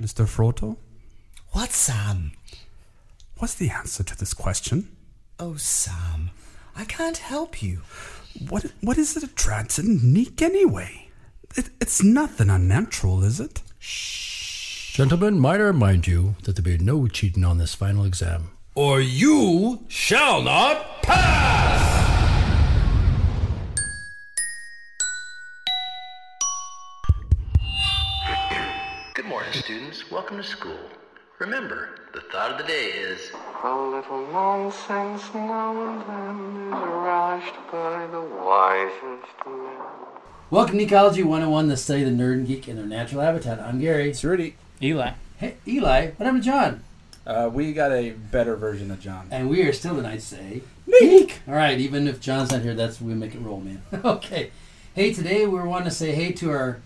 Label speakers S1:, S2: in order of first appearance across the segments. S1: Mr. Froto?
S2: What, Sam?
S1: What's the answer to this question?
S2: Oh, Sam, I can't help you.
S1: What what is it a trance and neek anyway? It, it's nothing unnatural, is it?
S3: Gentlemen, might I remind you that there will be no cheating on this final exam.
S4: or you shall not pass.
S5: Good morning, students. Welcome to school. Remember, the thought of the day is
S6: A little nonsense now and then is ravished by the wisest men.
S7: Welcome to Ecology 101, the study of the nerd and geek in their natural habitat. I'm Gary.
S8: It's Rudy.
S9: Eli.
S7: Hey, Eli, what happened to John?
S8: Uh, we got a better version of John.
S7: And we are still the night say Meek. All right, even if John's not here, that's we make it roll, man. okay. Hey, today we want to say hey to our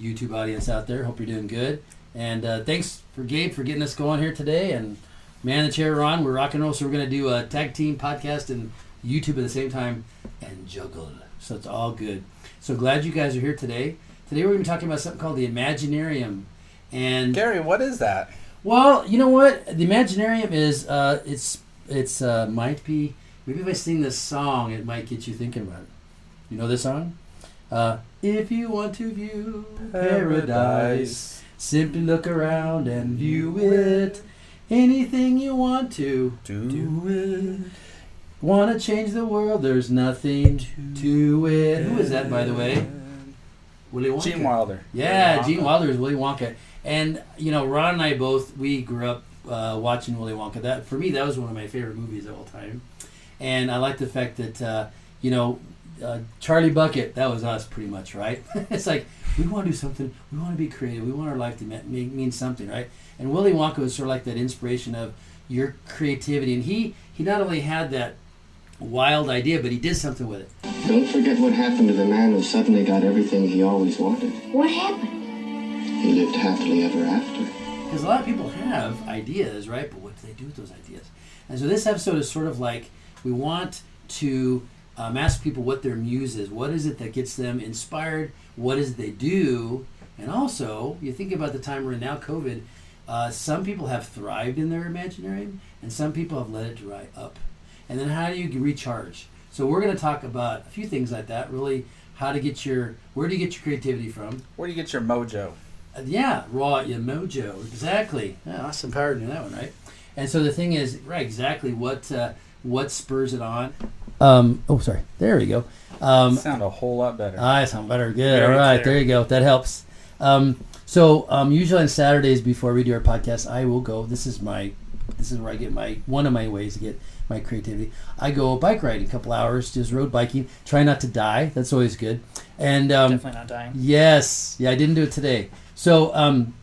S7: YouTube audience out there. Hope you're doing good. And uh, thanks for Gabe for getting us going here today. And man, in the chair, Ron, we're rock and roll, so we're gonna do a tag team podcast and YouTube at the same time and juggle. So it's all good. So glad you guys are here today. Today we're gonna be talking about something called the Imaginarium. And
S8: Gary, what is that?
S7: well, you know what? The Imaginarium is uh, it's it's uh, might be maybe if I sing this song, it might get you thinking about it. You know this song? Uh, if you want to view paradise, simply look around and view it. Anything you want to
S8: Do
S7: it. Want to change the world? There's nothing to it. Who is that, by the way? Willy Wonka.
S8: Gene Wilder.
S7: Yeah, Gene Wilder is Willy Wonka, and you know Ron and I both we grew up uh, watching Willy Wonka. That for me that was one of my favorite movies of all time, and I like the fact that uh, you know uh, Charlie Bucket that was us pretty much, right? it's like we want to do something, we want to be creative, we want our life to me- mean, mean something, right? And Willy Wonka was sort of like that inspiration of your creativity, and he he not only had that wild idea, but he did something with it.
S10: Don't forget what happened to the man who suddenly got everything he always wanted.
S11: What happened?
S10: He lived happily ever after.
S7: Because a lot of people have ideas, right? But what do they do with those ideas? And so this episode is sort of like we want to um, ask people what their muse is. What is it that gets them inspired? What is it they do? And also, you think about the time we're in now, COVID. Uh, some people have thrived in their imaginarium, and some people have let it dry up. And then how do you recharge? So we're going to talk about a few things like that. Really, how to get your where do you get your creativity from?
S8: Where do you get your mojo?
S7: Uh, Yeah, raw your mojo. Exactly. Yeah, Austin Power knew that one, right? And so the thing is, right, exactly what uh, what spurs it on. Um, oh, sorry. There we go. Um,
S8: Sound a whole lot better.
S7: I sound better. Good.
S9: There,
S7: All right.
S9: there.
S7: There. you go. That helps. Um, so um, usually on Saturdays before we do our podcast, I will go. This is my this is where I get my one of my ways to get my creativity. I go bike riding a couple hours, just road biking. Try not to die. That's always good. And um,
S9: Definitely not dying.
S7: Yes. Yeah, I didn't do it today. So, um,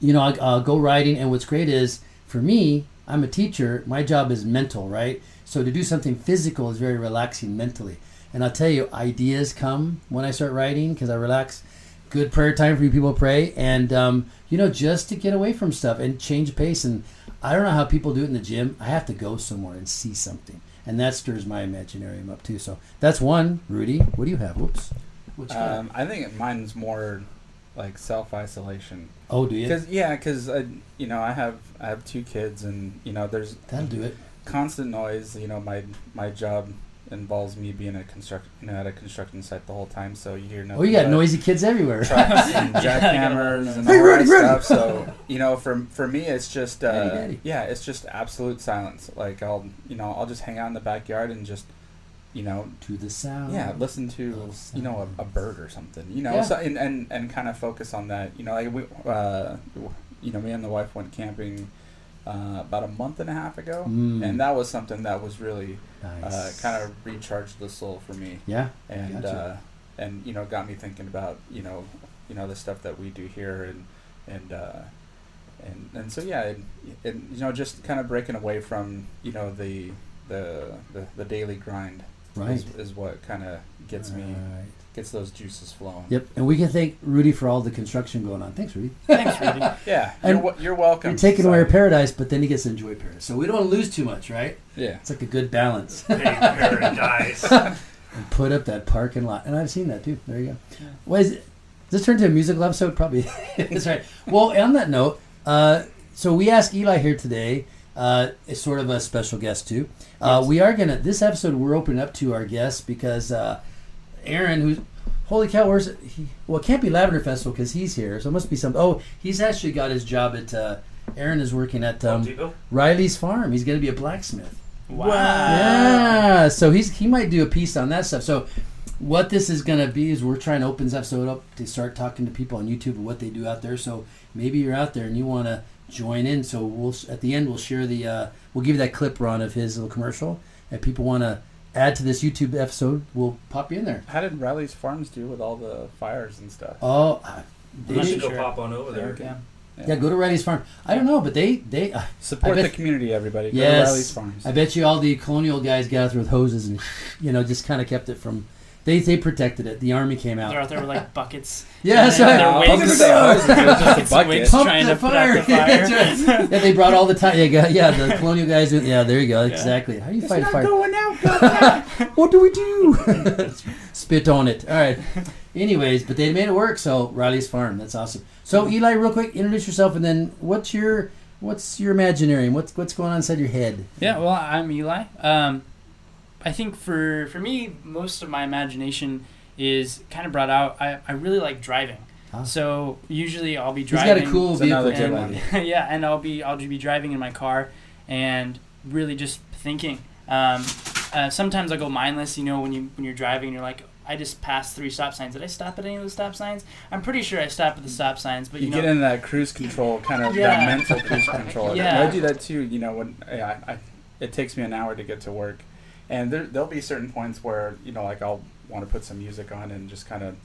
S7: you know, I uh, go riding, and what's great is for me, I'm a teacher. My job is mental, right? So to do something physical is very relaxing mentally. And I'll tell you, ideas come when I start writing because I relax. Good prayer time for you people to pray, and um, you know, just to get away from stuff and change pace. And I don't know how people do it in the gym. I have to go somewhere and see something, and that stirs my imaginarium up too. So that's one. Rudy, what do you have? Whoops. Uh, What's you got?
S8: Um, I think mine's more like self isolation.
S7: oh, do you?
S8: Because yeah, because you know I have I have two kids, and you know there's
S7: That'll do it.
S8: constant noise. You know my my job involves me being a construct you know, at a construction site the whole time, so you hear nothing.
S7: Oh, you got
S8: but-
S7: noisy kids everywhere.
S8: trucks and jackhammers and all that stuff. So you know, for for me, it's just
S7: Daddy,
S8: uh,
S7: daddy.
S8: yeah, it's just absolute silence. Like I'll you know I'll just hang out in the backyard and just you know
S7: to the sound.
S8: yeah listen to
S7: Um, Those
S8: you know a, a bird or something you know
S7: Yeah.
S8: so, and, and and kind of focus on that you know like we uh, you know me and the wife went camping. Uh, about a month and a half ago,
S7: Mm.
S8: and that was something that was really
S7: Nice.
S8: uh, kind of recharged the soul for me
S7: Yeah.
S8: and
S7: Gotcha.
S8: uh, and you know got me thinking about you know you know the stuff that we do here and and uh, and and so yeah and, and you know just kind of breaking away from you know the the the, the daily grind
S7: Right. Uh,
S8: is, is what kind of gets me
S7: Right.
S8: gets those juices flowing
S7: Yep. And we can thank Rudy for all the construction going on. Thanks, Rudy.
S9: Thanks, Rudy.
S8: yeah
S7: And
S8: you're, wel- you're welcome
S7: You're taking away our
S8: society.
S7: paradise, but then he gets to enjoy paradise. So we don't want to lose too much, right?
S8: yeah
S7: It's like a good balance.
S4: paradise.
S7: and put up that parking lot. And I've seen that too. There you go. Why is it? Does this turn to a musical episode? Probably. That's right. Well, on that note, Uh, so we asked Eli here today, uh, is sort of a special guest too. Uh, We are gonna this episode we're opening up to our guests because uh, Aaron, who's holy cow, where's he? Well, it can't be Lavender Festival because he's here, so it must be some. Oh, he's actually got his job at. Uh, Aaron is working at um,
S9: Depot?
S7: Riley's farm. He's gonna be a blacksmith.
S9: Wow.
S7: Yeah, Ah, so he's he might do a piece on that stuff. So what this is going to be is we're trying to open this episode up to start talking to people on YouTube and what they do out there. So maybe you're out there and you want to join in. So we'll at the end we'll share the uh, we'll give you that clip Ron of his little commercial. If people want to add to this YouTube episode, we'll pop you in there.
S8: How did Riley's Farms do with all the fires and stuff?
S7: Oh,
S8: I'm
S7: I- they-
S8: not
S9: Go pop on over there.
S8: Yeah.
S7: yeah, go to Reddy's Farm. I don't know, but they they uh, I
S8: Support
S7: bet-
S8: the community, everybody. Go to Riley's
S7: Yes,
S8: Farms.
S7: I bet you all the colonial guys got out there with hoses and you know just kind of kept it from. They they protected it. The army came out.
S9: They're out there with like buckets.
S7: Yeah,
S9: And
S7: that's
S9: they're-
S7: right.
S9: they're
S7: Pump
S9: waiting
S7: the
S9: for
S7: fire.
S8: It was just a
S9: It's
S8: bucket.
S9: wings trying to put out the fire.
S7: That's right. yeah, they brought all the time. Yeah, got- yeah, the colonial guys. do- Yeah, there you go. Exactly. How do you fight a fire? what do we do? Spit on it. All right. Anyways, but they made it work. So Riley's farm. That's awesome. So Eli, real quick, introduce yourself, and then what's your what's your imaginary? What's what's going on inside your head?
S11: Yeah, well, I'm Eli. Um, I think for for me, most of my imagination is kind of brought out. I, I really like driving,
S7: Ah.
S11: so usually I'll be
S7: got a
S11: driving.
S7: cool It's
S8: another
S11: and-
S8: good
S11: yeah, and I'll be I'll be driving in my car and really just thinking. Um, uh, sometimes I go mindless. You know, when you when you're driving, you're like. I just passed three stop signs. Did I stop at any of the stop signs? I'm pretty sure I stopped at the stop signs,
S8: Mm.
S11: but
S8: you
S11: you,
S8: get
S11: know,
S8: into that cruise control kind of
S11: Yeah.
S8: that mental cruise control.
S11: Yeah.
S8: I do that too. You know, when yeah, I, I, it takes me an hour to get to work, and there there'll be certain points where you know, like I'll want to put some music on and just kind of,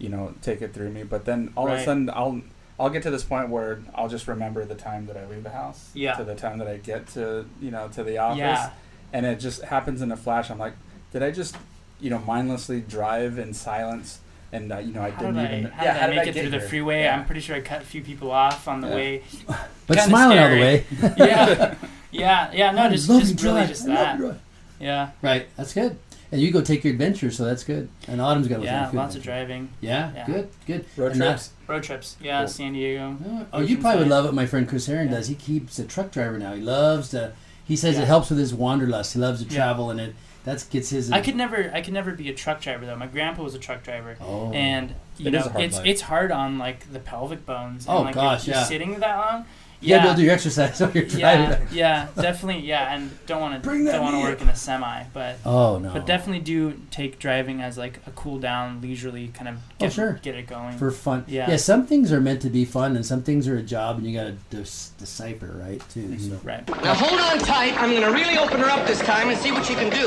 S8: you know, take it through me. But then all of a
S11: Right.
S8: sudden, I'll I'll get to this point where I'll just remember the time that I leave the house
S11: Yeah.
S8: to the time that I get to you know to the office,
S11: Yeah.
S8: and it just happens in a flash. I'm like, did I just you know mindlessly drive in silence? And uh, you know, I
S11: how
S8: didn't
S11: did I,
S8: even.
S11: how
S8: yeah,
S11: did
S8: how
S11: I
S8: did
S11: make
S8: I
S11: it
S8: get
S11: through the
S8: here?
S11: freeway?
S8: Yeah.
S11: I'm pretty sure I cut a few people off on the
S8: Yeah.
S11: way.
S7: But
S11: Kinda
S7: smiling all the
S11: scary.
S7: way.
S11: yeah, yeah, yeah. No, just
S7: Love
S11: just
S7: you,
S11: really
S7: drive.
S11: just
S7: I love
S11: that.
S7: you, drive.
S11: Yeah,
S7: Right. That's good. And you go take your adventure, so that's good. And Autumn's got a
S11: yeah.
S7: food
S11: Lots of
S7: adventure.
S11: driving,
S7: Yeah,
S11: Yeah.
S7: good, good.
S8: Road
S7: And
S8: trips.
S11: road trips. Yeah,
S8: Cool.
S11: San Diego.
S7: that- oh, you probably would love what my friend Chris Herring does. He keeps a truck driver now. He loves to. He says it
S11: Yeah.
S7: helps with his wanderlust. He loves to
S11: Yeah.
S7: travel, and it that gets his.
S11: I could never, I could never be a truck driver though. My grandpa was a truck driver,
S7: Oh.
S11: and you
S8: It
S11: know,
S8: is a hard
S11: it's
S8: life.
S11: it's hard on like the pelvic bones.
S7: Oh,
S11: and, like,
S7: gosh,
S11: if you're
S7: yeah.
S11: Sitting that long.
S7: You gotta be able to do
S11: Yeah,
S7: your exercise while you're driving.
S11: yeah, yeah, definitely. Yeah, and don't want to
S7: Bring that
S11: don't want to
S7: knee
S11: work
S7: up.
S11: in a semi, but
S7: Oh no.
S11: But definitely do take driving as like a cool down, leisurely kind of
S7: Oh,
S11: get,
S7: sure.
S11: get it going.
S7: for fun.
S11: Yeah.
S7: yeah. Some things are meant to be fun, and some things are a job, and you gotta dis- decipher right too. So.
S11: right.
S10: Now hold on tight. I'm gonna really open her up this time and see what she can do.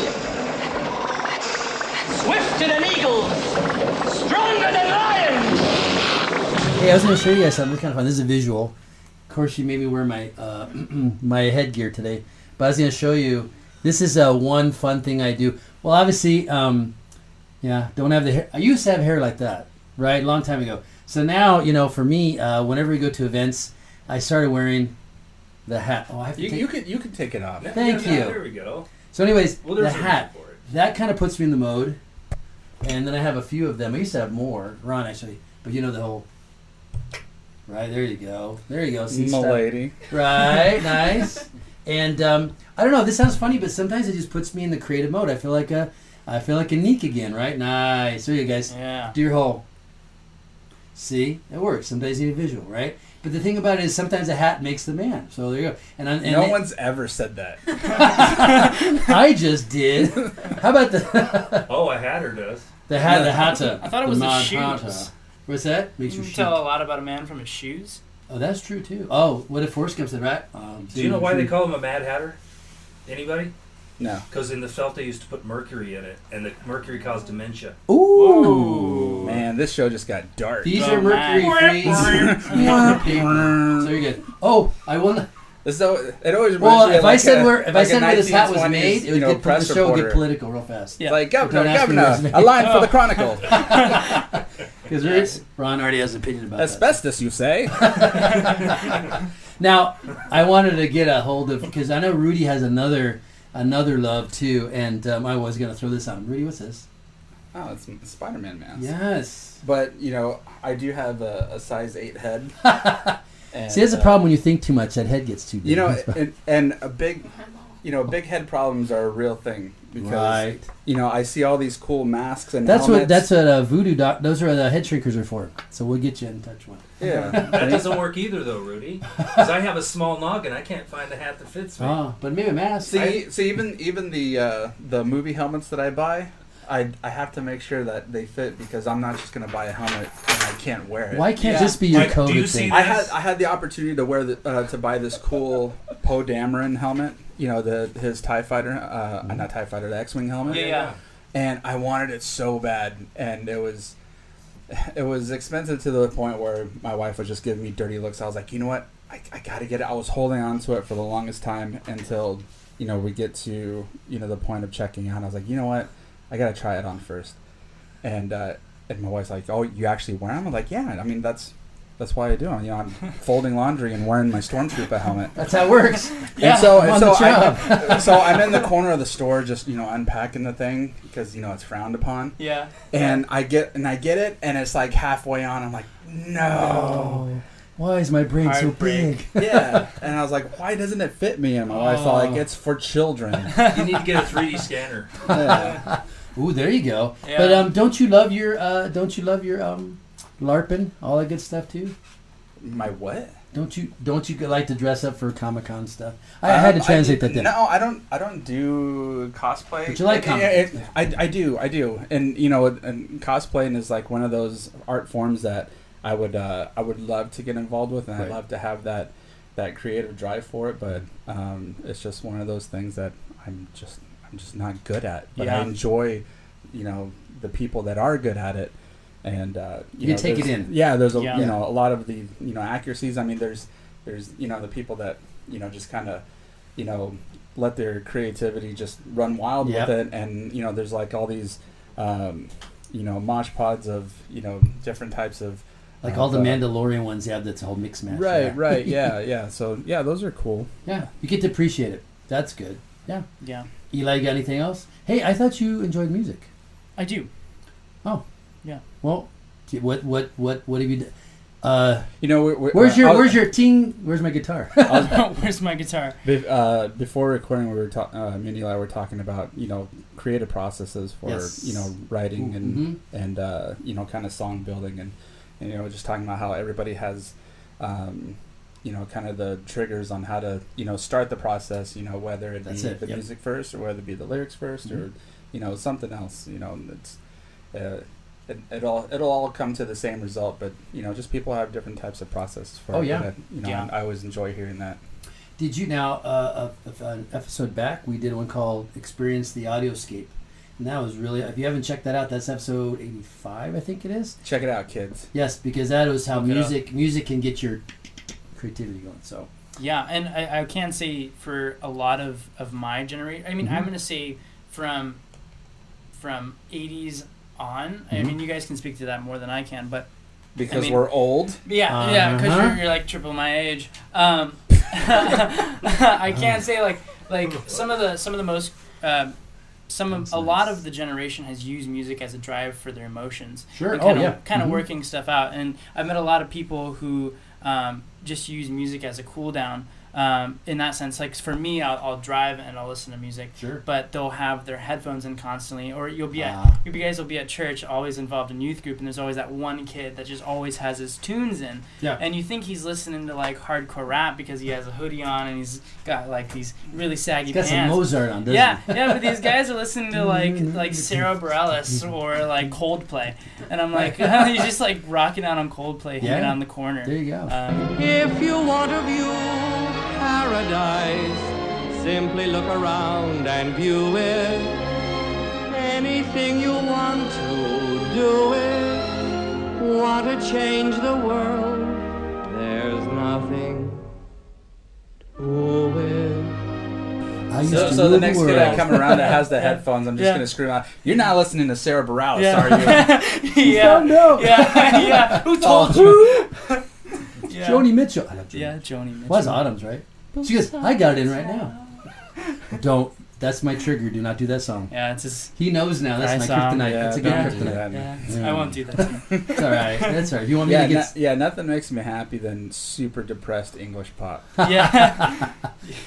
S10: Swifter than eagles, stronger than lions.
S7: Hey, I was gonna show you guys something. It's kind of fun. This is a visual. Of course, you made me wear my uh, my headgear today, but I was gonna show you. This is uh, one fun thing I do. Well, obviously, um, yeah, don't have the hair. I used to have hair like that, right? Long time ago. So now, you know, for me, uh, whenever we go to events, I started wearing the hat. Oh, I have to
S8: You,
S7: take.
S8: you could you could take it off.
S7: Thank
S9: Yeah,
S7: you.
S9: There we go.
S7: So, anyways,
S9: Well,
S7: the
S9: there's a reason
S7: hat.
S9: for it.
S7: That kind of puts me in the mode. And then I have a few of them. I used to have more. Ron, actually. But you know the whole. Right, there you go. There you go. See, stuff.
S8: Milady.
S7: Right, nice. And um, I don't know, this sounds funny, but sometimes it just puts me in the creative mode. I feel like a, I feel like a neek again, right? Nice. There you go, guys.
S11: Yeah.
S7: Do your whole. See, it works. Sometimes you need a visual, right? But the thing about it is, sometimes a hat makes the man. So there you go. And, I, and
S8: no
S7: it-
S8: one's ever said that.
S7: I just did. How about the
S9: Oh, a hatter does.
S7: the hat? The hata.
S11: I thought it was the
S7: manhata.
S11: shoes.
S7: What's that? Makes
S11: You
S7: you
S11: can
S7: shoot.
S11: tell a lot about a man from his shoes.
S7: Oh, that's true too. Oh, what if Forrest Gump said right? Um,
S9: Do you know why they call him a Mad Hatter? Anybody?
S8: No.
S9: Because in the felt they used to put mercury in it, and the mercury caused dementia.
S7: Ooh.
S8: Man, this show just got dark.
S7: These
S11: Oh,
S7: are mercury
S11: man.
S7: frees. so you're good. Oh, I won.
S8: This though it always reminds
S7: Well,
S8: me of
S7: if I
S8: like
S7: said
S8: a-
S7: where if I
S8: like a
S7: said where this hat was
S8: 1920s,
S7: made, it
S8: you
S7: would
S8: know,
S7: get the
S8: press
S7: show would get
S8: reporter.
S7: political real fast.
S11: Yeah.
S8: Like governor,
S7: Don't ask me
S8: governor,
S7: where it's
S8: a
S7: made.
S8: line for the Chronicle.
S7: Because Ron already has an opinion about that.
S8: Asbestos, you say?
S7: Now, I wanted to get a hold of because I know Rudy has another another love too, and um, I was gonna throw this on Rudy. What's this?
S8: oh, it's a Spider-Man mask.
S7: Yes.
S8: But you know, I do have a, a size eight head, And,
S7: See, that's the
S8: uh,
S7: problem when you think too much. That head gets too big.
S8: You know,
S7: That's why-
S8: and, and a big, you know, big head problems are a real thing because
S7: Right.
S8: you know I see all these cool masks and
S7: that's what
S8: helmets.
S7: that's what uh, voodoo doc. Those are the head shrinkers are for. So we'll get you in touch with.
S8: Yeah.
S9: that doesn't work either, though, Rudy. Because I have a small noggin. I can't find a hat that fits me.
S7: Ah, but maybe a mask.
S8: See, e-, see, even even the uh, the movie helmets that I buy, I I have to make sure that they fit because I'm not just gonna buy a helmet and I can't wear it.
S7: Why can't Yeah. this be your Like, do COVID you see thing?
S8: I
S7: this?
S8: had I had the opportunity to wear the, uh, to buy this cool Poe Dameron helmet. You know the his Tie Fighter, uh,
S7: Mm-hmm.
S8: not Tie Fighter, the X-wing helmet.
S11: Oh, Yeah, yeah.
S8: And I wanted it so bad, and it was. It was expensive to the point where my wife was just giving me dirty looks. I was like, you know what? I, I got to get it. I was holding on to it for the longest time until, you know, we get to, you know, the point of checking out. I was like, you know what? I got to try it on first. And, uh, and my wife's like, oh, you actually wear them? I'm like, yeah. I mean, that's, that's why I do them. You know, I'm folding laundry and wearing my stormtrooper helmet.
S7: That's how it works.
S8: Yeah, and so,
S7: I'm
S8: and
S7: on
S8: so,
S7: the
S8: I,
S7: job.
S8: so I'm in the corner of the store, just, you know, unpacking the thing because, you know, it's frowned upon.
S11: Yeah.
S8: And I get, and I get it. And it's like halfway on. I'm like,
S7: Oh.
S8: no.
S7: Why is my brain so big?
S8: yeah, and I was like, "Why doesn't it fit me?" And my wife's all like,
S7: Oh.
S8: "It's for children."
S9: You need to get a 3D scanner.
S8: Yeah.
S7: Ooh, there you go.
S9: Yeah.
S7: But um, don't you love your uh, don't you love your um, LARPing, all that good stuff too?
S8: My what?
S7: Don't you don't you like to dress up for Comic Con stuff? I had
S8: Um,
S7: to translate that. Then.
S8: No, I don't. I don't do cosplay.
S7: But you like
S8: Yeah,
S7: comic-
S8: yeah, yeah. I, I do. I do. And you know, and cosplaying is like one of those art forms that I would uh, I would love to get involved with, and
S7: Right.
S8: I'd love to have that that creative drive for it. But um, it's just one of those things that I'm just I'm just not good at. But I
S7: Yeah.
S8: enjoy, you know, the people that are good at it. And uh,
S7: You
S8: know,
S7: take it
S8: there's-
S7: in.
S8: Yeah, there's a
S7: Yeah.
S8: you know a lot of the you know accuracies. I mean, there's there's you know the people that you know just kind of you know let their creativity just run wild
S7: Yep.
S8: with it, and you know there's like all these um, you know mosh pods of you know different types of
S7: Like
S8: of,
S7: all the
S8: uh,
S7: Mandalorian ones, they have that's whole mix match.
S8: Right, right, yeah, yeah. So yeah, those are cool.
S7: yeah, you get to appreciate it. That's good. Yeah,
S11: Yeah.
S7: Eli, you got anything else? Hey, I thought you enjoyed music.
S11: I do.
S7: Oh,
S11: Yeah.
S7: Well, gee, what what what what have you done? Uh,
S8: you know, we're,
S7: where's your
S8: I'll-
S7: where's your ting? Where's my guitar?
S11: Where's my guitar?
S8: Be- uh, before recording, we were ta- uh, me and Eli were talking about you know creative processes for
S7: Yes.
S8: you know writing and
S7: Mhm.
S8: and uh, you know kind of song building and, and you know just talking about how everybody has um, you know kind of the triggers on how to you know start the process you know whether it
S7: That's
S8: be
S7: it,
S8: the
S7: yep.
S8: music first or whether it be the lyrics 1st or
S7: Mhm.
S8: you know something else you know and it's uh, it, it'll it'll all come to the same result but you know just people have different types of processes for
S7: Oh,
S8: it,
S7: yeah.
S8: and, you know
S7: Yeah.
S8: and I always enjoy hearing that.
S7: Did you now, uh, a- a- an episode back, we did one called Experience the Audioscape. And that was really, if you haven't checked that out, that's episode 85, I think it is.
S8: Check it out, kids.
S7: Yes, because that was how
S11: Look it up.
S7: music music can get your creativity going. So,
S11: Yeah, and I, I can say for a lot of, of my generation, I mean, I'm
S7: Mhm.
S11: going to say from from 80s on. I
S8: Mhm.
S11: mean, you guys can speak to that more than I can, but I
S8: Because
S11: mean-
S8: we're old.
S11: Yeah, yeah, because
S8: Uh-huh.
S11: you're, you're like triple my age. Um, I can't say like like some of the some of the most um some of a lot of the generation has used music as a drive for their emotions.
S7: Sure.
S11: and
S7: Oh,
S11: kind of,
S7: yeah.
S11: kind of
S7: Mhm.
S11: working stuff out. And I've met a lot of people who um, just use music as a cool down. Um, in that sense, like for me, I'll, I'll drive and I'll listen to music.
S7: Sure.
S11: But they'll have their headphones in constantly, or you'll be at
S7: Ah.
S11: you guys will be at church, always involved in youth group, and there's always that one kid that just always has his tunes in.
S7: Yeah.
S11: And you think he's listening to like hardcore rap because he has a hoodie on and he's got like these really saggy
S7: He's got some
S11: pants.
S7: Mozart on, doesn't
S11: yeah,
S7: he?
S11: yeah. But these guys are listening to like like Sarah Bareilles or like Coldplay, and I'm like, he's just like rocking out on Coldplay, hanging
S7: Yeah.
S11: out in the corner.
S7: There you go.
S11: Um,
S12: If you want to view paradise, simply look around and view it. Anything you want to do it. Want to change the world? There's nothing to it.
S7: I used
S8: So,
S7: to
S8: so
S7: rule
S8: the next kid I
S7: world.
S8: come around that has the headphones, I'm just
S7: Yeah.
S8: gonna scream out, "You're not listening to Sarah Bareilles,
S7: Yeah.
S8: are you?"
S7: You found out.
S11: Yeah, yeah. Who told
S7: you?
S11: Yeah.
S7: Oh, Joni Mitchell. I love Joni.
S11: Yeah, Joni Mitchell.
S7: Was Autumn's right? She goes, I got it in right now. Don't That's my trigger. Do not do that song.
S11: Yeah, it's just
S7: he knows now. That's
S11: I
S7: my
S11: saw him.
S7: kryptonite.
S11: Yeah,
S7: that's a good
S11: don't do
S7: kryptonite.
S11: that. Yeah. I won't do that.
S7: it's all right. That's all right. If you want me
S8: yeah,
S7: to get
S8: no- yeah, nothing makes me happy than super depressed English pop.
S11: Yeah.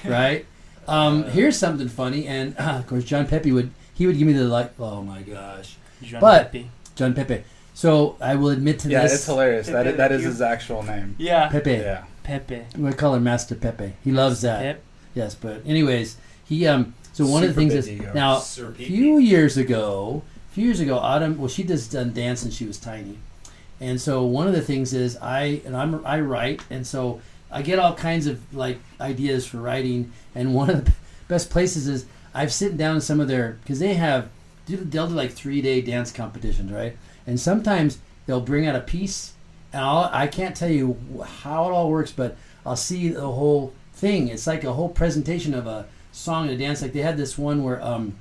S7: right? Um, here's something funny, and uh, of course, John Pepe would he would give me the like. Oh my gosh,
S11: John
S7: but,
S11: Pepe.
S7: John Pepe. So I will admit to
S8: Yeah,
S7: this.
S8: it's hilarious. That i- that is his actual name.
S11: Yeah.
S7: Pepe.
S8: Yeah.
S11: Pepe.
S7: We call him Master Pepe. He loves that.
S11: Pep.
S7: Yes, but anyways, he um. So one of the
S11: Super
S7: things
S11: big
S7: is
S11: ego.
S7: now
S11: Sir
S7: a few years ago, a few years ago, Autumn. Well, she just done dance and she was tiny, and so one of the things is I and I'm I write, and so I get all kinds of like ideas for writing, and one of the best places is I've sitting down in some of their because they have do- they'll do like three day dance competitions, right? And sometimes they'll bring out a piece, and I'll, I can't tell you wh- how it all works, but I'll see the whole thing. It's like a whole presentation of a song and a dance. Like they had this one where um,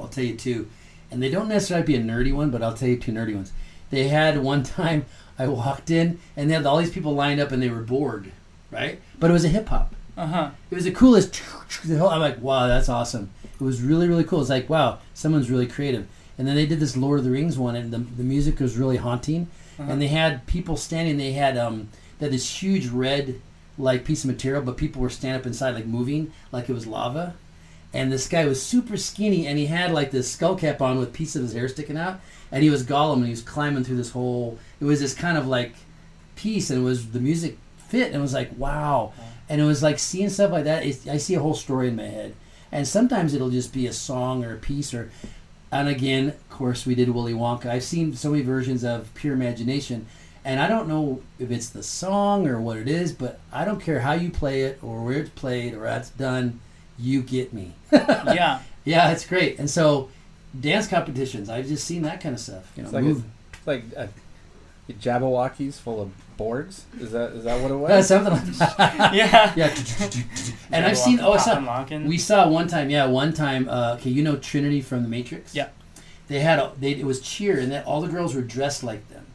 S7: I'll tell you two, and they don't necessarily be a nerdy one, but I'll tell you two nerdy ones. They had one time I walked in and they had all these people lined up and they were bored, right? But it was a hip hop.
S11: Uh huh.
S7: It was the coolest. The whole, I'm like, wow, that's awesome. It was really, really cool. It's like, wow, someone's really creative. And then they did this Lord of the Rings one, and the, the music was really haunting.
S11: Uh-huh.
S7: And they had people standing. They had um, that this huge red like piece of material, but people were standing up inside, like moving, like it was lava. And this guy was super skinny, and he had like this skull cap on with piece of his hair sticking out, and he was Gollum, and he was climbing through this whole. It was this kind of like piece and it was the music fit and it was like wow and it was like seeing stuff like that it's, i see a whole story in my head and sometimes it'll just be a song or a piece or and again of course we did willy wonka i've seen so many versions of pure imagination and i don't know if it's the song or what it is but i don't care how you play it or where it's played or how it's done you get me
S11: yeah
S7: yeah it's great and so dance competitions i've just seen that kind of stuff you know
S8: It's like, a,
S7: move-
S8: it's like a, Jabberwockies full of boards. Is that is that what it was?
S7: Yeah, something like that.
S11: yeah.
S7: Yeah. And I've seen. Oh, I
S11: Poppin'
S7: saw.
S11: lockin'.
S7: We saw one time. Yeah, one time. Uh, okay, you know Trinity from The Matrix.
S11: Yeah.
S7: They had a, they, it was cheer, and then all the girls were dressed like them,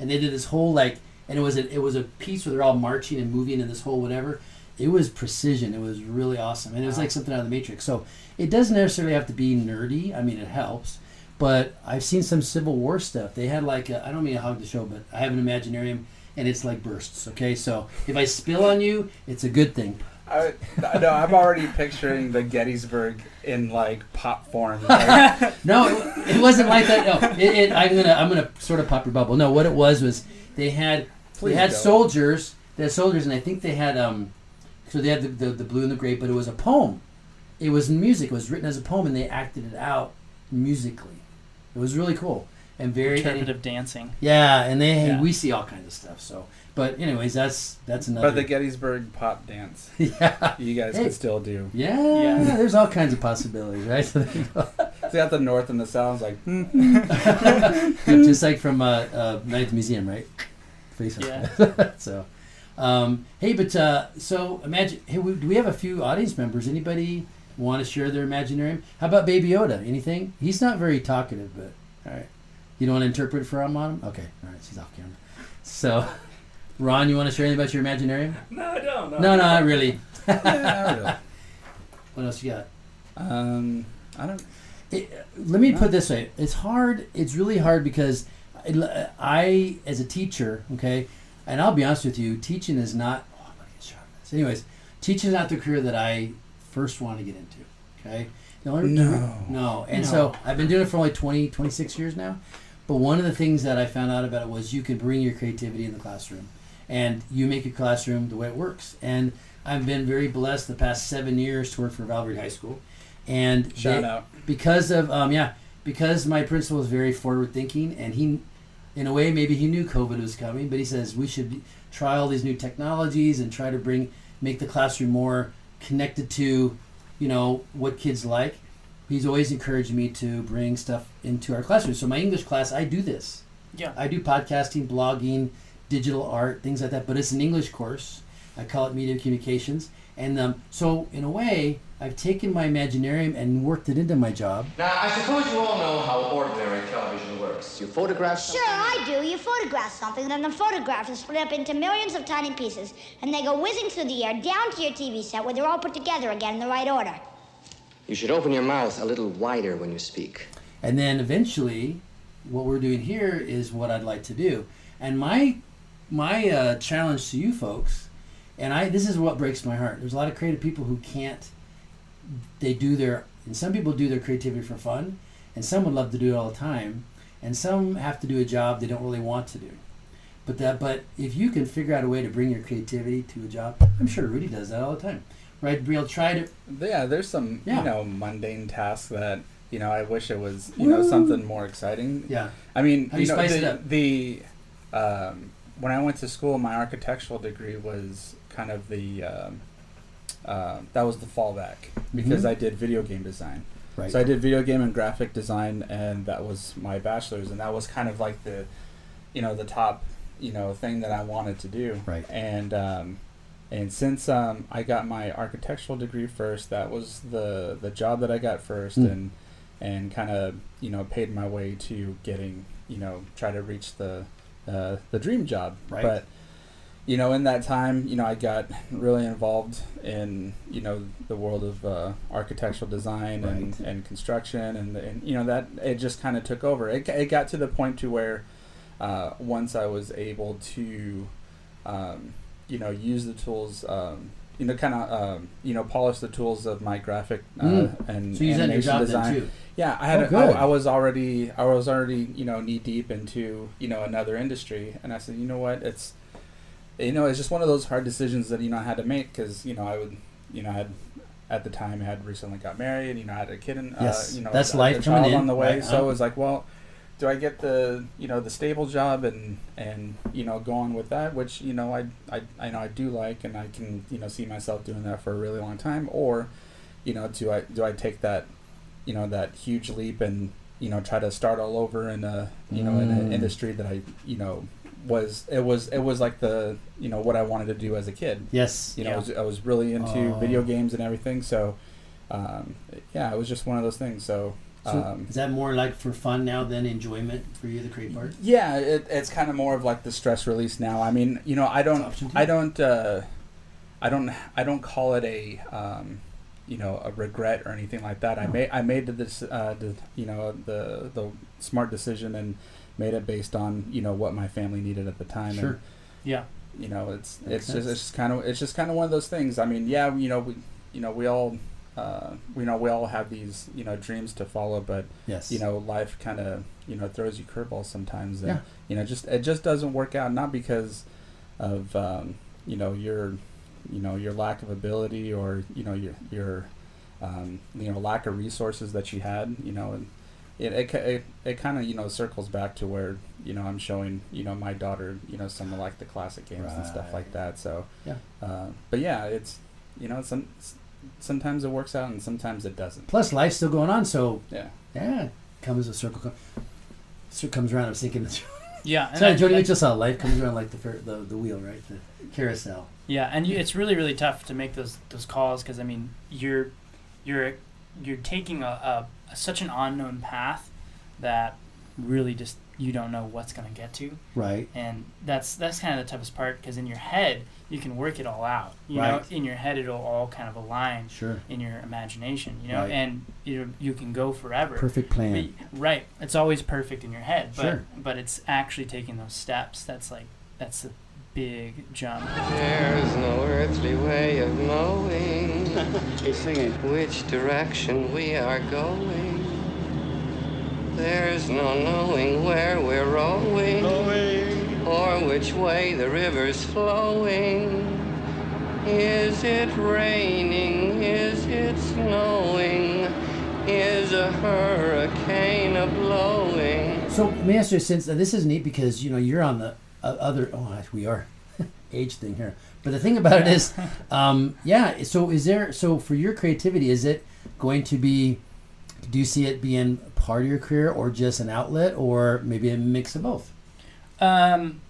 S7: and they did this whole like, and it was a, it was a piece where they're all marching and moving and this whole whatever. It was precision. It was really awesome, and it was
S11: Wow.
S7: like something out of The Matrix. So it doesn't necessarily have to be nerdy. I mean, it helps. But I've seen some Civil War stuff. They had like I I don't mean to hog the show, but I have an Imaginarium, and it's like bursts. Okay, so if I spill on you, it's a good thing.
S8: I, no, I'm already picturing the Gettysburg in like pop form. Like,
S7: No, it, it wasn't like that. No, it, it, I'm gonna I'm gonna sort of pop your bubble. No, what it was was they had
S8: Please
S7: they had
S8: don't.
S7: soldiers, they had soldiers, and I think they had um, so they had the, the the blue and the gray, but it was a poem. It was music. It was written as a poem, and they acted it out musically. It was really cool and very
S11: Interpretive dancing.
S7: Yeah, and they
S11: Yeah.
S7: we see all kinds of stuff. So, but anyways, that's that's another.
S8: but the Gettysburg pop dance.
S7: Yeah,
S8: you guys
S7: Hey.
S8: could still do.
S7: yeah, there's all kinds of possibilities, right? So there you go.
S8: It's got the north and the south. It's like hmm.
S7: Yep, just like from uh, uh, Ninth Museum, right? Face off. so, um, hey, but uh, so imagine. Hey, we, do we have a few audience members? Anybody want to share their imaginarium? How about Baby Yoda? Anything? He's not very talkative, but all right. You don't want to interpret for him on him? Okay, all right. She's off camera. So, Ron, you want to share anything about your imaginarium?
S9: No, I don't.
S7: No, no, not really.
S8: not really.
S7: What else you got?
S8: Um, I don't.
S7: It, let me put it this way: it's hard. It's really hard because I, I, as a teacher, okay, and I'll be honest with you, teaching is not. Oh, I'm gonna get shot. for this. Anyways, teaching is not the career that I first want to get into. Okay. The only-
S8: No.
S7: No. And
S8: No.
S7: so I've been doing it for only 20, 26 years now. But one of the things that I found out about it was you can bring your creativity in the classroom and you make your classroom the way it works. And I've been very blessed the past seven years to work for Valverde High School. And
S8: Shout
S7: they-
S8: out.
S7: because of um, yeah because my principal is very forward thinking and he in a way maybe he knew covid was coming but he says we should be- try all these new technologies and try to bring make the classroom more connected to you know what kids like he's always encouraged me to bring stuff into our classroom so my english class i do this
S11: Yeah.
S7: I do podcasting, blogging, digital art, things like that, but it's an English course. I call it Media Communications. And um, so, in a way, I've taken my Imaginarium and worked it into my job.
S10: Now, I suppose you all know how ordinary television works. You photograph
S13: Sure, I do. You photograph something, then the photograph is split up into millions of tiny pieces, and they go whizzing through the air down to your TV set where they're all put together again in the right order.
S10: You should open your mouth a little wider when you speak.
S7: And then eventually, what we're doing here is what I'd like to do. And my my uh, challenge to you folks, and I this is what breaks my heart. There's a lot of creative people who can't. They do their and some people do their creativity for fun, and some would love to do it all the time, and some have to do a job they don't really want to do. But that but if you can figure out a way to bring your creativity to a job, I'm sure Rudy does that all the time, right? Real try to
S8: yeah. There's some
S7: Yeah.
S8: you know mundane tasks that you know I wish it was you know something more exciting.
S7: Yeah.
S8: I mean,
S7: How do
S8: you
S7: you
S8: know,
S7: spice
S8: the,
S7: it up?
S8: the um, when I went to school, my architectural degree was kind of the um, uh, that was the fallback because
S7: Mm-hmm.
S14: Mhm.
S8: I did video game design.
S14: Right.
S8: So I did video game and graphic design, and that was my bachelor's, and that was kind of like the, you know, the top, you know, thing that I wanted to do. Right. And um, and since um, I got my architectural degree first, that was the the job that I got first,
S14: Mm.
S8: and and kind of you know paid my way to getting you know try to reach the uh, the dream job.
S14: Right.
S8: But you know, in that time, you know, I got really involved in you know the world of uh, architectural design and, and construction, and, and you know that it just kind of took over. It, it got to the point to where uh, once I was able to, um, you know, use the tools. Um, you know, kind of, um, you know, polish the tools of my graphic uh,
S7: Mm.
S8: and
S7: So you use that in
S8: animation
S7: your job then,
S8: design.
S7: too?
S8: Yeah, I had.
S7: Oh,
S8: a-
S7: good.
S8: I- I was already I was already you know knee deep into you know another industry, and I said, you know what, it's you know it's just one of those hard decisions that you know I had to make because you know I would you know I had at the time I had recently got married, you know I had a kid and uh,
S7: Yes,
S8: you know
S7: that's
S8: a- a
S7: life coming
S8: child
S7: in,
S8: on the way,
S7: right,
S8: so
S7: huh?
S8: it was like well. Do I get the you know the stable job and and you know go on with that, which you know I I, I know I do like and I can you know see myself doing that for a really long time, or you know do I do I take that you know that huge leap and you know try to start all over in a you know in an
S14: Mm.
S8: industry that I you know was it was it was like the you know what I wanted to do as a kid.
S7: Yes.
S8: you know I,
S7: Yeah.
S8: was, I was really into
S7: Oh.
S8: video games and everything. So um, yeah, it was just one of those things. So,
S7: So
S8: um,
S7: is that more like for fun now than enjoyment for you, the create part?
S8: yeah, it, it's kind of more of like the stress release now. I mean, you know, I don't, I don't, uh, I don't, I don't call it a, um, you know, a regret or anything like that. I
S14: No.
S8: made, I made the, dec- uh, the, you know, the the smart decision and made it based on you know what my family needed at the time.
S11: Sure.
S8: And,
S11: Yeah.
S8: you know, it's
S11: Makes
S8: it's just
S11: sense.
S8: it's just kind of it's just kind of one of those things. I mean, yeah, you know, we you know we all. Uh, we know we all have these you know dreams to follow, but
S14: Yes.
S8: you know life kind of you know throws you curveballs sometimes and
S14: Yeah.
S8: you know just it just doesn't work out not because of um, you know your you know your lack of ability or you know your your um, you know lack of resources that you had you know and it it, ca- it, it kind of you know circles back to where you know I'm showing you know my daughter you know some of like the classic games and stuff like that so
S7: Yeah.
S8: uh, but yeah it's you know some sometimes it works out and sometimes it doesn't
S7: Plus, life's still going on, so
S8: yeah,
S7: yeah, comes a circle. co- Cir comes around. I'm thinking.
S11: Yeah, and
S7: Sorry,
S11: I-
S7: Jody
S11: I-
S7: Mitchell saw life comes around like the, fer- the the wheel, right? The carousel.
S11: Yeah, and you, it's really really tough to make those those calls because I mean you're you're you're taking a, a such an unknown path that really just you don't know what's gonna get to.
S7: Right.
S11: And that's that's kind of the toughest part because in your head you can work it all out. You know,
S7: Right.
S11: in your head it'll all kind of align.
S7: Sure.
S11: In your imagination, you know,
S7: Right.
S11: and you know, you can go forever.
S7: Perfect plan.
S11: But- right. It's always perfect in your head, but
S7: Sure.
S11: but it's actually taking those steps that's like that's a big jump.
S10: There's no earthly way of knowing He's singing. which direction we are going. There's no knowing where we're rowing, or which way the river's flowing. Is it raining? Is it snowing? Is a hurricane a blowing?
S7: So let me ask you, since uh, this is neat because you know you're on the uh, other. Oh, we are age thing here. But the thing about it is, um, yeah. So is there? So for your creativity, is it going to be? Do you see it being part of your career, or just an outlet, or maybe a mix of both?
S11: Um,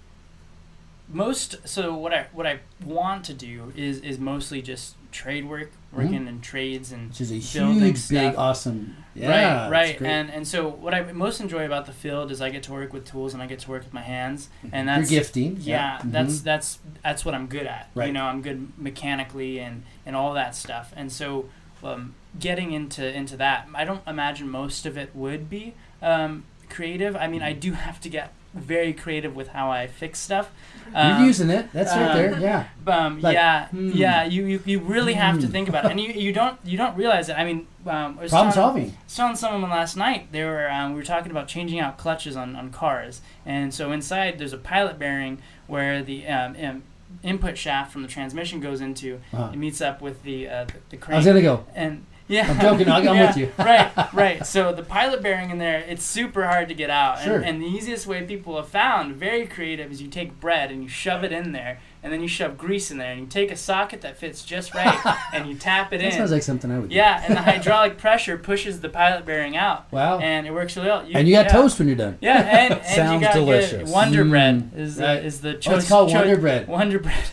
S11: most so what I what I want to do is is mostly just trade work, working
S7: Mm-hmm.
S11: in trades and
S7: Which is a
S11: building
S7: huge, big,
S11: stuff.
S7: awesome. Yeah,
S11: right,
S7: it's
S11: right.
S7: great.
S11: And and so what I most enjoy about the field is I get to work with tools and I get to work with my hands, and
S7: Mm-hmm. You're
S11: that's
S7: gifting, yeah.
S11: Yeah, that's
S7: Mhm.
S11: that's that's what I'm good at.
S7: Right.
S11: You know, I'm good mechanically and and all that stuff. And so um, getting into into that. I don't imagine most of it would be um, creative. I
S7: Mm-hmm.
S11: mean, I do have to get very creative with how I fix stuff.
S7: You're using it. That's right there. Yeah.
S11: Um,
S7: Like,
S11: yeah.
S7: hmm.
S11: Yeah. You, you, you really have to
S7: Hmm.
S11: think about it, and you, you don't you don't realize it. I mean, um, I was
S7: Problem
S11: telling-
S7: solving.
S11: I was telling someone last night they were um, we were talking about changing out clutches on, on cars, and so inside there's a pilot bearing where the um, um, input shaft from the transmission goes into.
S7: Uh-huh.
S11: It meets up with the uh, the, the crank.
S7: I was gonna go.
S11: And yeah,
S7: I'm joking. I'm- I'm
S11: Yeah,
S7: with you.
S11: right, right. So the pilot bearing in there, it's super hard to get out.
S7: Sure.
S11: And, and the easiest way people have found, very creative, is you take bread and you shove it in there, and then you shove grease in there, and you take a socket that fits just right, and you tap it in.
S7: That sounds like something I would do.
S11: Yeah, and the hydraulic pressure pushes the pilot bearing out.
S7: Wow.
S11: And it works really well.
S7: And you got
S11: yeah.
S7: toast when you're done.
S11: Yeah, and, and you
S7: Sounds
S11: got good-
S7: delicious.
S11: Wonder
S7: Mm,
S11: bread is the,
S7: right.
S11: is the
S7: Oh, it's
S11: choice.
S7: called
S11: choi-
S7: Wonder Bread.
S11: Wonder bread.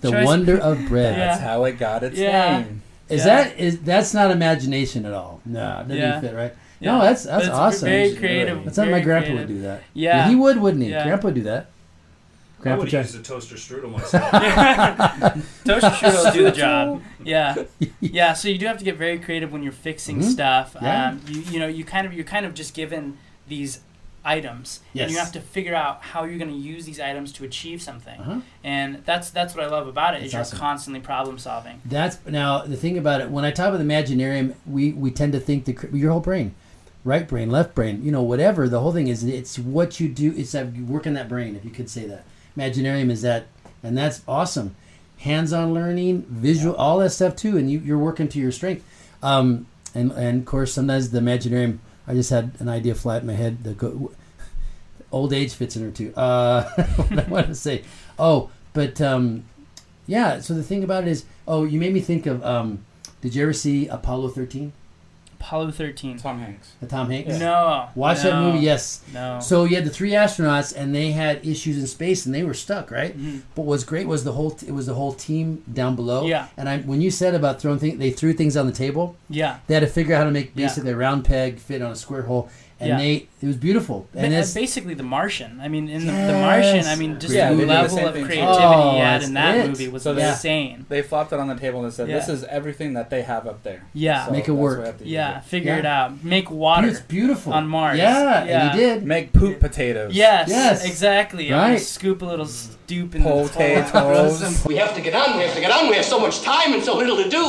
S7: The
S11: choice-
S7: wonder of bread.
S11: Yeah. yeah.
S7: Is
S11: Yeah.
S7: that is that's not imagination at all? No, that
S11: Yeah.
S7: didn't fit right.
S11: Yeah.
S7: No, that's that's
S11: That's
S7: awesome.
S11: very creative,
S7: That's not my
S11: very
S7: grandpa would
S11: creative.
S7: do that.
S11: Yeah.
S7: he would, wouldn't he?
S11: Yeah.
S7: Grandpa would do that.
S9: I would
S7: Jack-
S9: use a toaster strudel myself.
S11: Toaster strudel will do the job. Yeah, yeah. So you do have to get very creative when you're fixing
S7: Mhm.
S11: stuff.
S7: Yeah.
S11: Um, you you know you kind of you're kind of just given these items, and you
S7: Yes.
S11: have to figure out how you're going to use these items to achieve something.
S7: Uh-huh.
S11: And that's that's what I love about it is
S7: That's
S11: you're
S7: awesome.
S11: constantly problem solving.
S7: That's now the thing about it. When I talk about the Imaginarium, we we tend to think the cr- your whole brain, right brain, left brain, you know, whatever. The whole thing is it's what you do. It's that you work in that brain, if you could say that. Imaginarium is that, and that's awesome. Hands-on learning, visual, all that stuff too, and you, you're working to your strength. Um, and and of course, sometimes the Imaginarium. I just had an idea fly in my head that go, old age fits in there too. Uh, what I want to say. Oh, but um, yeah. So the thing about it is, oh, you made me think of. Um, did you ever see Apollo thirteen?
S11: Apollo 13.
S8: Tom Hanks.
S7: The Tom Hanks.
S11: No.
S7: Watch that
S11: no,
S7: movie. Yes.
S11: No.
S7: So you had the three astronauts, and they had issues in space, and they were stuck, right?
S11: Mm-hmm.
S7: But what's great was the whole. It was the whole team down below.
S11: Yeah.
S7: And I, when you said about throwing things, they threw things on the table.
S11: Yeah.
S7: They had to figure out how to make
S11: Yeah.
S7: basically a round peg fit on a square hole, and
S11: Yeah. uh,
S7: they it was beautiful.
S11: Ba-
S7: And it's
S11: basically, The Martian. I mean, in the, the
S7: Yes.
S11: Martian, I mean, just
S7: Yeah,
S11: the
S7: they did the
S11: level
S7: same
S11: of
S7: thing.
S11: creativity
S7: Oh,
S11: he had
S7: that's
S11: in that
S7: it.
S11: movie was
S7: So
S8: they-
S11: insane.
S8: They flopped it on the table and said, "This
S11: Yeah.
S8: is everything that they have up there."
S11: Yeah,
S8: So that's what I have to use
S11: Yeah,
S8: it.
S11: figure it out. Make water.
S8: It's
S7: beautiful
S11: on Mars.
S8: Yeah, and
S11: yeah.
S8: he did. Make poop potatoes.
S11: Yes, exactly. I'm gonna
S8: Right.
S11: Scoop a little stoop in
S8: Potatoes.
S11: the hole.
S10: We have to get on, we have to get on, we have so much time and so little to do.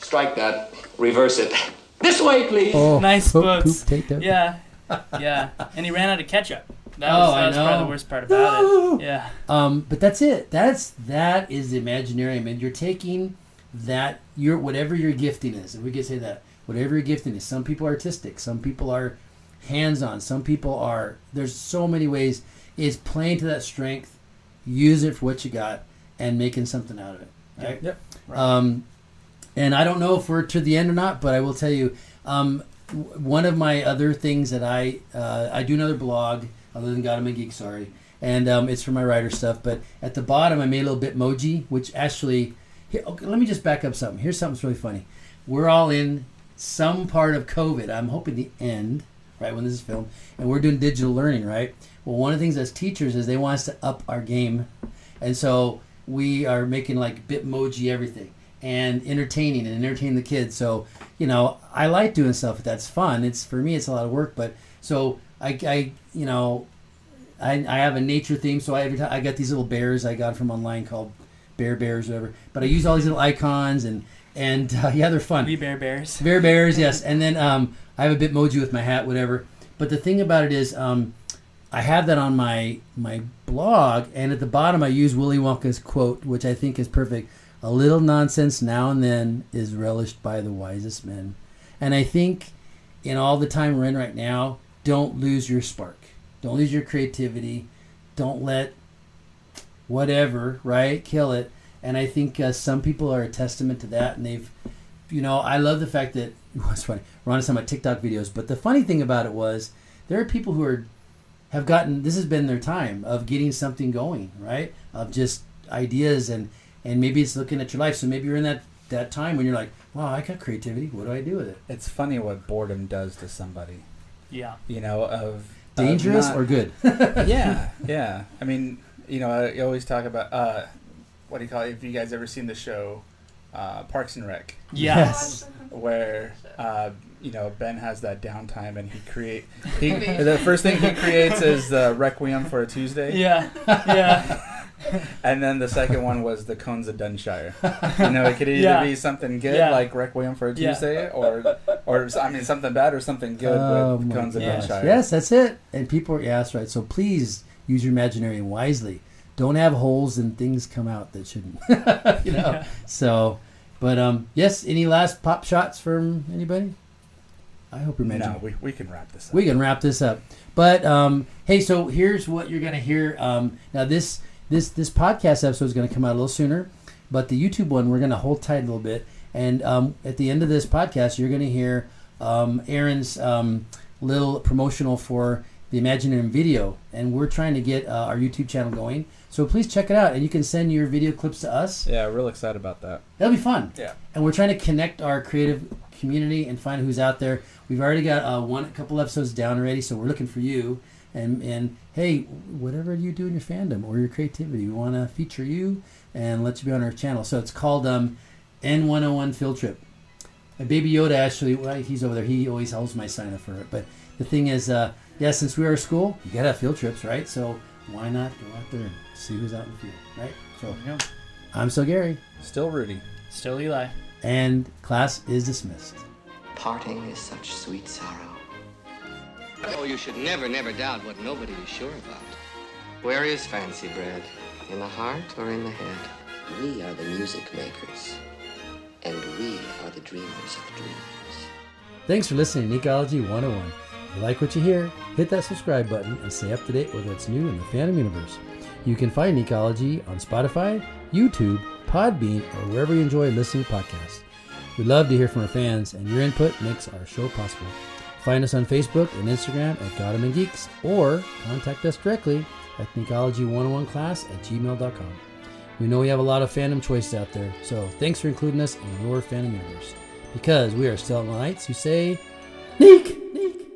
S10: Strike that, reverse it. This way, please.
S11: nice
S7: Oh, poop,
S11: books.
S7: poop, take that.
S11: yeah, yeah. And he ran out of ketchup. That
S7: Oh,
S11: was, that
S7: I
S11: was probably
S7: know.
S11: the worst part about it. Yeah.
S7: Um, but that's it. That's that is the Imaginarium, and you're taking that your whatever your gifting is. If we could say that, whatever your gifting is. Some people are artistic. Some people are hands-on. Some people are. There's so many ways. Is playing to that strength, use it for what you got, and making something out of it. Right?
S8: Yep.
S7: Um, and I don't know if we're to the end or not, but I will tell you, um, w- one of my other things that I uh, I do another blog other than Gotham and Geek, sorry, and um, it's for my writer stuff. But at the bottom, I made a little Bitmoji, which actually, here, okay, let me just back up something. Here's something's really funny. We're all in some part of COVID. I'm hoping the end, right when this is filmed, and we're doing digital learning, right? Well, one of the things as teachers is they want us to up our game, and so we are making like Bitmoji everything and entertaining and entertain the kids. So, you know, I like doing stuff that's fun. It's for me, it's a lot of work, but so I, I you know, I, I have a nature theme. So I, every time I got these little bears I got from online called Bear Bears, or whatever. But I use all these little icons and and uh, yeah, they're fun.
S11: We bear bears.
S7: Bear Bears, yes. And then um, I have a Bitmoji with my hat, whatever. But the thing about it is, um, I have that on my my blog, and at the bottom I use Willy Wonka's quote, which I think is perfect. A little nonsense now and then is relished by the wisest men, and I think in all the time we're in right now, don't lose your spark, don't lose your creativity, don't let whatever, right? Kill it. And I think uh, some people are a testament to that, and they've, you know, I love the fact that it was funny. We're on some of my TikTok videos, but the funny thing about it was there are people who are have gotten this has been their time of getting something going, right? Of just ideas and and maybe it's looking at your life. So maybe you're in that that time when you're like, wow, I got creativity. What do I do with it?
S8: It's funny what boredom does to somebody.
S11: Yeah.
S8: You know, of of
S7: Dangerous
S8: Uh, not-
S7: or good?
S8: yeah, yeah. I mean, you know, I you always talk about uh, what do you call it? Have you guys ever seen the show uh, Parks and Rec.
S11: Yes.
S8: Where uh, you know Ben has that downtime and he create he the first thing he creates is the Requiem for a Tuesday.
S11: Yeah. Yeah.
S8: and then the second one was the Cones of Dunshire. You know, it could either
S11: Yeah.
S8: be something good
S11: Yeah.
S8: like Requiem for a
S11: Yeah.
S8: Tuesday, or or I mean something bad or something good
S7: Oh
S8: with
S7: my
S8: Cones of
S7: gosh.
S8: Dunshire.
S7: Yes, that's it. And people are, yeah, that's right. So please use your imaginary wisely. Don't have holes and things come out that shouldn't. you know.
S11: Yeah.
S7: So, but um, yes. Any last pop shots from anybody? I hope you're
S8: No,
S7: imagining.
S8: we, we can wrap this up.
S7: We can wrap this up. But um, hey, so here's what you're gonna hear. Um, now this this this podcast episode is gonna come out a little sooner, but the YouTube one we're gonna hold tight a little bit. And um, at the end of this podcast, you're gonna hear um, Aaron's um, little promotional for the Imaginarium video, and we're trying to get uh, our YouTube channel going. So please check it out, and you can send your video clips to us.
S8: Yeah, real excited about that.
S7: That'll be fun.
S8: Yeah.
S7: And we're trying to connect our creative community and find who's out there. We've already got uh, one, a couple episodes down already, so we're looking for you. And and hey, whatever you do in your fandom or your creativity, we want to feature you and let you be on our channel. So it's called um, N101 Field Trip. And Baby Yoda actually, well, he's over there. He always holds my sign up for it. But the thing is, uh, yeah, since we are a school, you gotta have field trips, right? So why not go out there and see who's out in the field, right? So I'm still Gary.
S8: Still Rudy.
S11: Still Eli.
S7: And class is dismissed.
S14: Parting is such sweet sorrow.
S10: Oh, you should never, never doubt what nobody is sure about. Where is fancy bread?
S14: In the heart or in the head? We are the music makers, and we are the dreamers of dreams.
S7: Thanks for listening to Ecology 101. If you like what you hear, hit that subscribe button and stay up to date with what's new in the Phantom Universe. You can find Ecology on Spotify, YouTube, Podbean, or wherever you enjoy listening to podcasts. We love to hear from our fans, and your input makes our show possible. Find us on Facebook and Instagram at Gotham and Geeks, or contact us directly at Ecology101class at gmail.com. We know we have a lot of fandom choices out there, so thanks for including us in your fandom universe. Because we are still lights who say, Neek! Neek!